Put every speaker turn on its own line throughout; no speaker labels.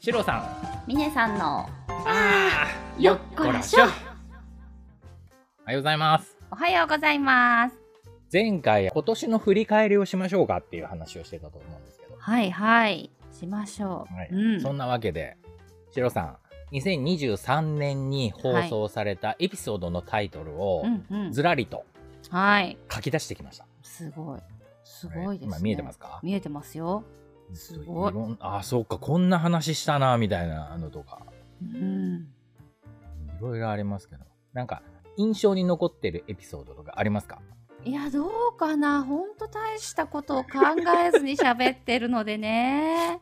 シロさん
ミネさんの
あー
よっこらしょ
おはようございます
おはようございます
前回今年の振り返りをしましょうかっていう話をしてたと思うんですけど、
はいはいしましょう、
はい
うん
そんなわけでシロさん2023年に放送されたエピソードのタイトルを
うんうん
ずらりと
はい
書き出してきました、
すごいすごいですね
今見えてますか
見えてますよすごい
ろんあそうかこんな話したなみたいなのとか
うん
いろいろありますけどなんか印象に残ってるエピソードとかありますか
いやどうかなほんと大したことを考えずに喋ってるの でね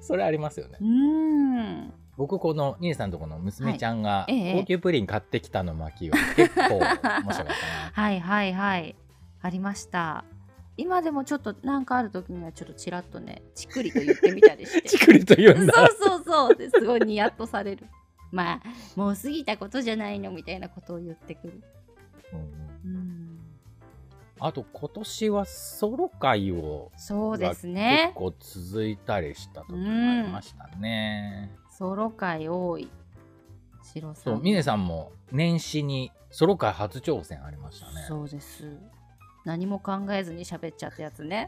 それありますよね
うん
僕この姉さんとこの娘ちゃんが
いええ
高級プリン買ってきたの巻きは結構面白 かったな
はいはいはいありました今でもちょっとなんかある時にはちょっとちらっとねちくりと言ってみたりして
チクリと言うんだ
そうそうそうですごいニヤッとされるまあもう過ぎたことじゃないのみたいなことを言ってくる
うんうん
うん
あと今年はソロ会を
そうで
結
すね
構続いたりした時もありましたね、
ソロ会多い白さ
そうん峰さんも年始にソロ会初挑戦ありましたね
そうです何も考えずに喋っちゃったや つね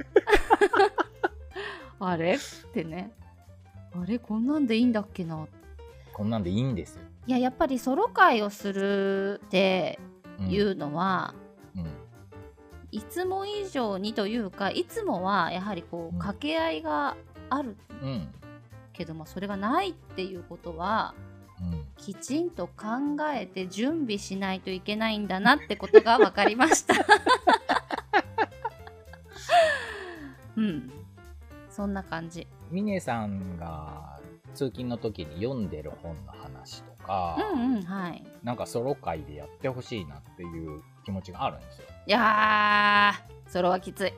あれってねあれこんなんでいいんだっけな
こんなんでいいんですよ、
いややっぱりソロ会をするって
うん
いうのは、
うん
いつも以上にというかいつもはやはりこ
うん
う掛け合いがある
うん
けどもそれがないっていうことは
うん
きちんと考えて準備しないといけないんだなってことが分かりま した。うんそんな感じ。
ミネさんが通勤の時に読んでる本の話とか、
うんうんはい。
なんかソロ会でやってほしいなっていう気持ちがあるんですよ。
いやーソロはきつい。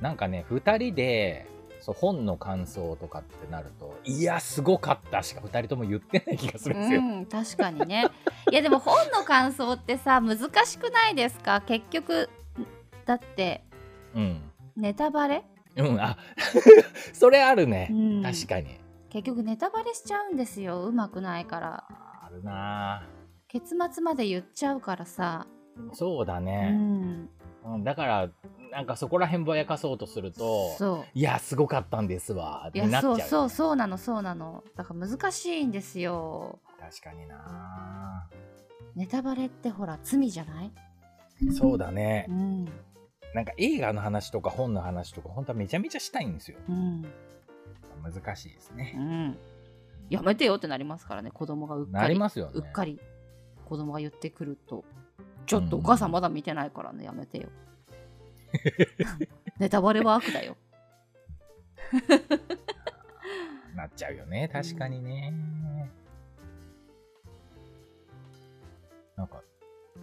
なんかね2人でそう本の感想とかってなると「いやすごかった」しか2人とも言ってない気がするんですよ。
うん、確かにね。いやでも本の感想ってさ難しくないですか結局だって
うん、
ネタバレ、
うんあ それある
う
ね、
ん
確かに。
結局ネタバレしちゃうんですようまくないから
あるな
結末まで言っちゃうからさ、
ぁそうだ
う
ね、
ん、
うんだからなんかそこら辺ぼやかそうとすると
そ
「いやすごかったんですわ」っ
うい
て
や
なっちゃう
そ
よ
う
ね、
そうそうなのそうなのだから難しいんですよ
確かになぁ
ネタバレってほら罪じゃない、
そうだね
う。ん
なんか映画の話とか本の話とか本当はめちゃめちゃしたいんですよ。
うん
難しいです
う
ね。
んやめてよってなりますからね子供がうっ
な
か
り
り
ますよね。
うっかり子供が言ってくるとちょっとお母さんまだ見てないからねや めてよネタバレは悪だよ
なっちゃうよね。確かにね。なんか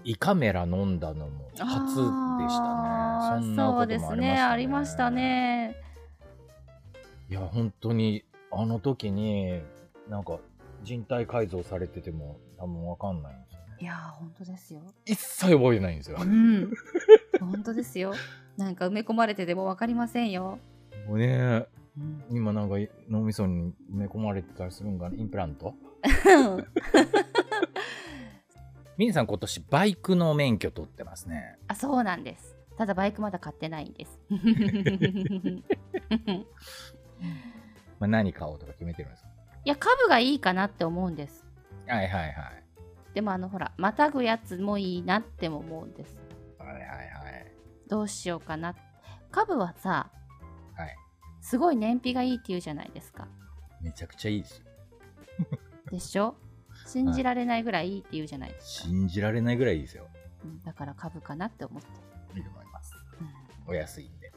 胃カメラ飲んだのも初でした
あー
ね。そんなこともありましたね。
そうですねありました。ね
いや本当にあの時になんか人体改造されてても多分わかんないんですよね。
いやー本当ですよ
一切覚えてないんですよ
う。ん 本当ですよなんか埋め込まれてでも分かりませんよ、
もうね今なんか脳みそに埋め込まれてたりするんかなインプラントミネさん今年バイクの免許取ってますね
あそうなんですただバイクまだ買ってないんです
まあ、何買おうとか決めてるんです
いや株がいいかなって思うんです
かはいはいはい
でもあのほらまたぐやつもいいなっても思うんです
はいはいはい
どうしようかな株はさ、
はい
すごい燃費がいいって言うじゃないですか
めちゃくちゃいいですよ
でしょ信じられないぐらいいいって言うじゃないですか、
信じられないぐらいいいですよ
うんだから株かなって思ってる
いいと思いますお安いんで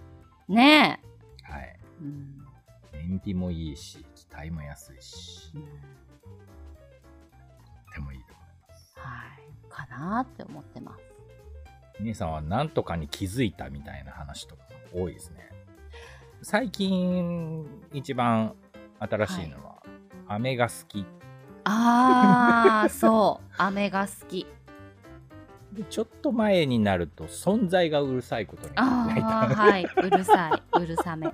うんねえ
はい
うん
燃費もいいし機体も安いしと
うん
てもいいと思います
はいかなって思ってます
ミネさんは何とかに気づいたみたいな話とかも多いですね最近一番新しいのは、飴が好き
あーそう飴が好 き
でちょっと前になると存在がうるさいことに気
あ
づいた
あはいうるさいうるさめ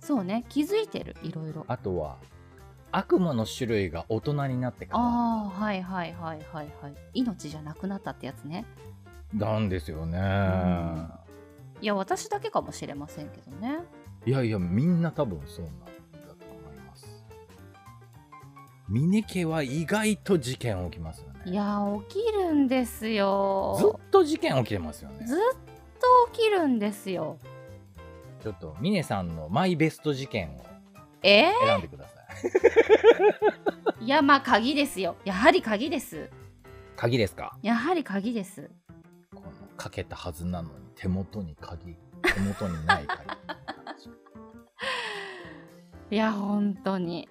そうね気づいてるいろいろ
あとは悪魔の種類が大人になってから
ああはいはいはいはいはい命じゃなくなったってやつね
なんですよね、
んいや私だけかもしれませんけどね
いやいやみんな多分そうなんだと思います峰家は意外と事件起きますよね
いや起きるんです
ずっ
よ
と事件起きてますよね
ずっと起きるんですよ
ちょっと峰さんのマイベスト事件を
え
選んでください
ー、いやまあ鍵ですよやはり鍵です
鍵ですか
やはり鍵です
このかけたはずなのに手元に鍵手元にない鍵
いや本当に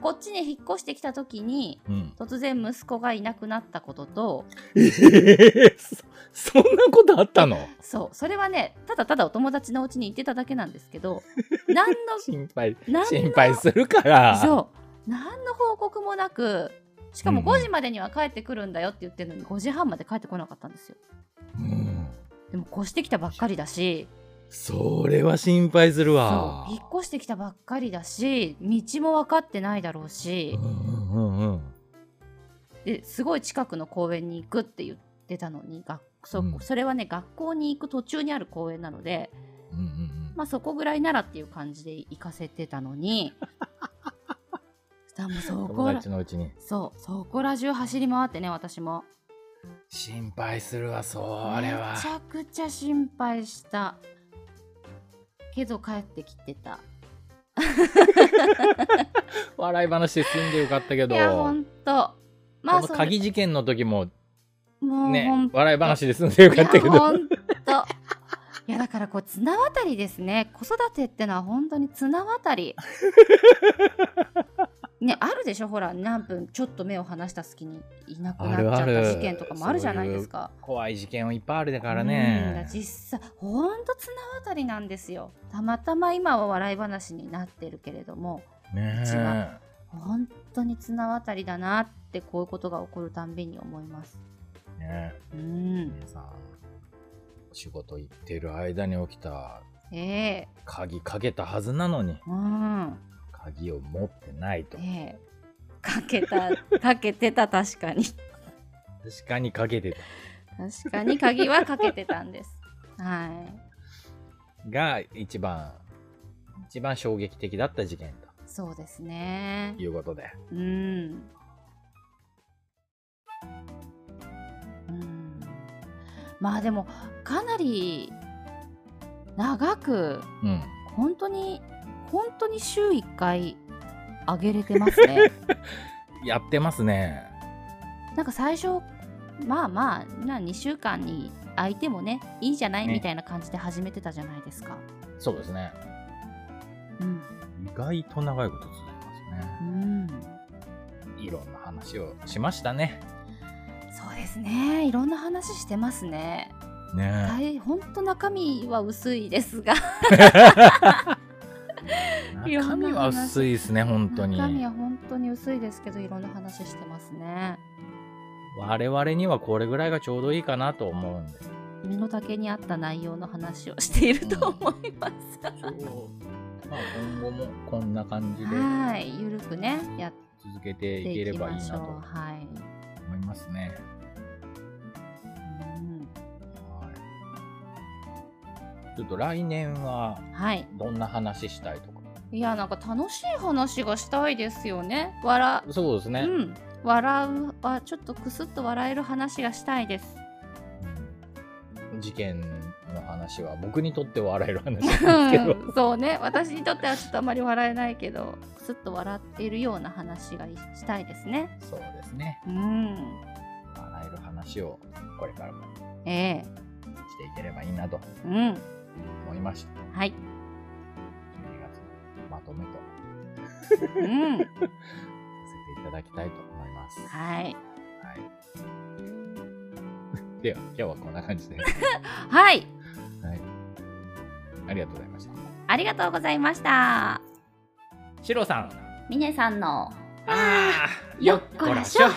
こっちに引っ越してきた時に
うん
突然息子がいなくなったことと
えーそそんなことあったの
そうそれはねただただお友達のお家に行ってただけなんですけ ど何の
心配
何の
心配するから
そう何の報告もなくしかも
うんうん
5時までには帰ってくるんだよって言ってるのに5時半まで帰ってこなかったんですよ
うん
でも越してきたばっかりだし
それは心配するわ
そう引っ越してきたばっかりだし道も分かってないだろうし
うんうんうんうん
ですごい近くの公園に行くって言ってたのに学そ
うん
それはね学校に行く途中にある公園なので、
うんうん
まあ、そこぐらいならっていう感じで行かせてたの にでもそこ
友
ら
達のうちに
そうそこら中走り回ってね私も
心配するわそれは
めちゃくちゃ心配したけど帰ってきてた
笑い話で済んでよかったけ
い
ど
やほんとまあ
こ
そ
の
れ
鍵事件の時も
もう
ね
ほんと
笑い話で済んでよかったけ
いや
ど
ほんといやだからこう綱渡りですね子育てってのは本当に綱 渡りねあるでしょほら何分ちょっと目を離した隙にいなくなっちゃっ
あるある
た事件とかもあるじゃないですか
怖い事件はいっぱいあるだから
うんだ
ね
ら実際ほんと綱渡りなんですよたまたま今は笑い話になってるけれども
ね
一
え
番本当に綱渡りだなってこういうことが起こるたんびに思います
ね
うん
皆さんお仕事行ってる間に起きた
ええ
鍵かけたはずなのに
うん
鍵を持ってないと
ねえかけた かけてた確かに
確かにかけてた
確かに鍵はかけてたんですはい
が一番一番衝撃的だった事件
そうですね
ということで
うんうんまあでもかなり長く
うん
本当に本当に週1回あげれてます ね
やってますね
なんか最初まあまあな2週間に空いてもねいいじゃない、
ね
みたいな感じで始めてたじゃないですか
そうですね
うん、
意外と長いこと続きますね
うん、
いろんな話をしましたね
そうですねいろんな話してますね
ね
大本当中身は薄いですがいろ
中
んな話
身は薄いですね本当
中身
に
は本当に薄いですけどいろんな話してますね
我々にはこれぐらいがちょうどいいかなと思うんです
身の丈に合った内容の話をしていると思います、
まあ今後もこんな感じで
はいゆるくねやっ
続けて
て
いけ
い
れ
き
ばい
ま
い
し
な
ょう
と
はい、
思いますね、
う
はい、ちょっと来年は
ん、はい
どんな話したいとか
いやなんか楽しい話がしたいですよね笑
そうですね、
うん笑うあちょっとくすっと笑える話がしたいです
事件の話は僕にとっては笑える話
う
なんですけど、
んそうね私にとってはちょっとあまり笑えないけどくすっと笑っているような話がいしたいですね
そうですね
うん
笑える話をこれからも
ええ
していければいいなと
うん
思いました
は
12
い
月のまとめとさ
うん
せていただきたいと思います、は
はい
い、では今日はこんな感じで、は
はい
い、ありがとうございました
ありがとうございました
シロさん
みねさんの
あー
よっこらしょ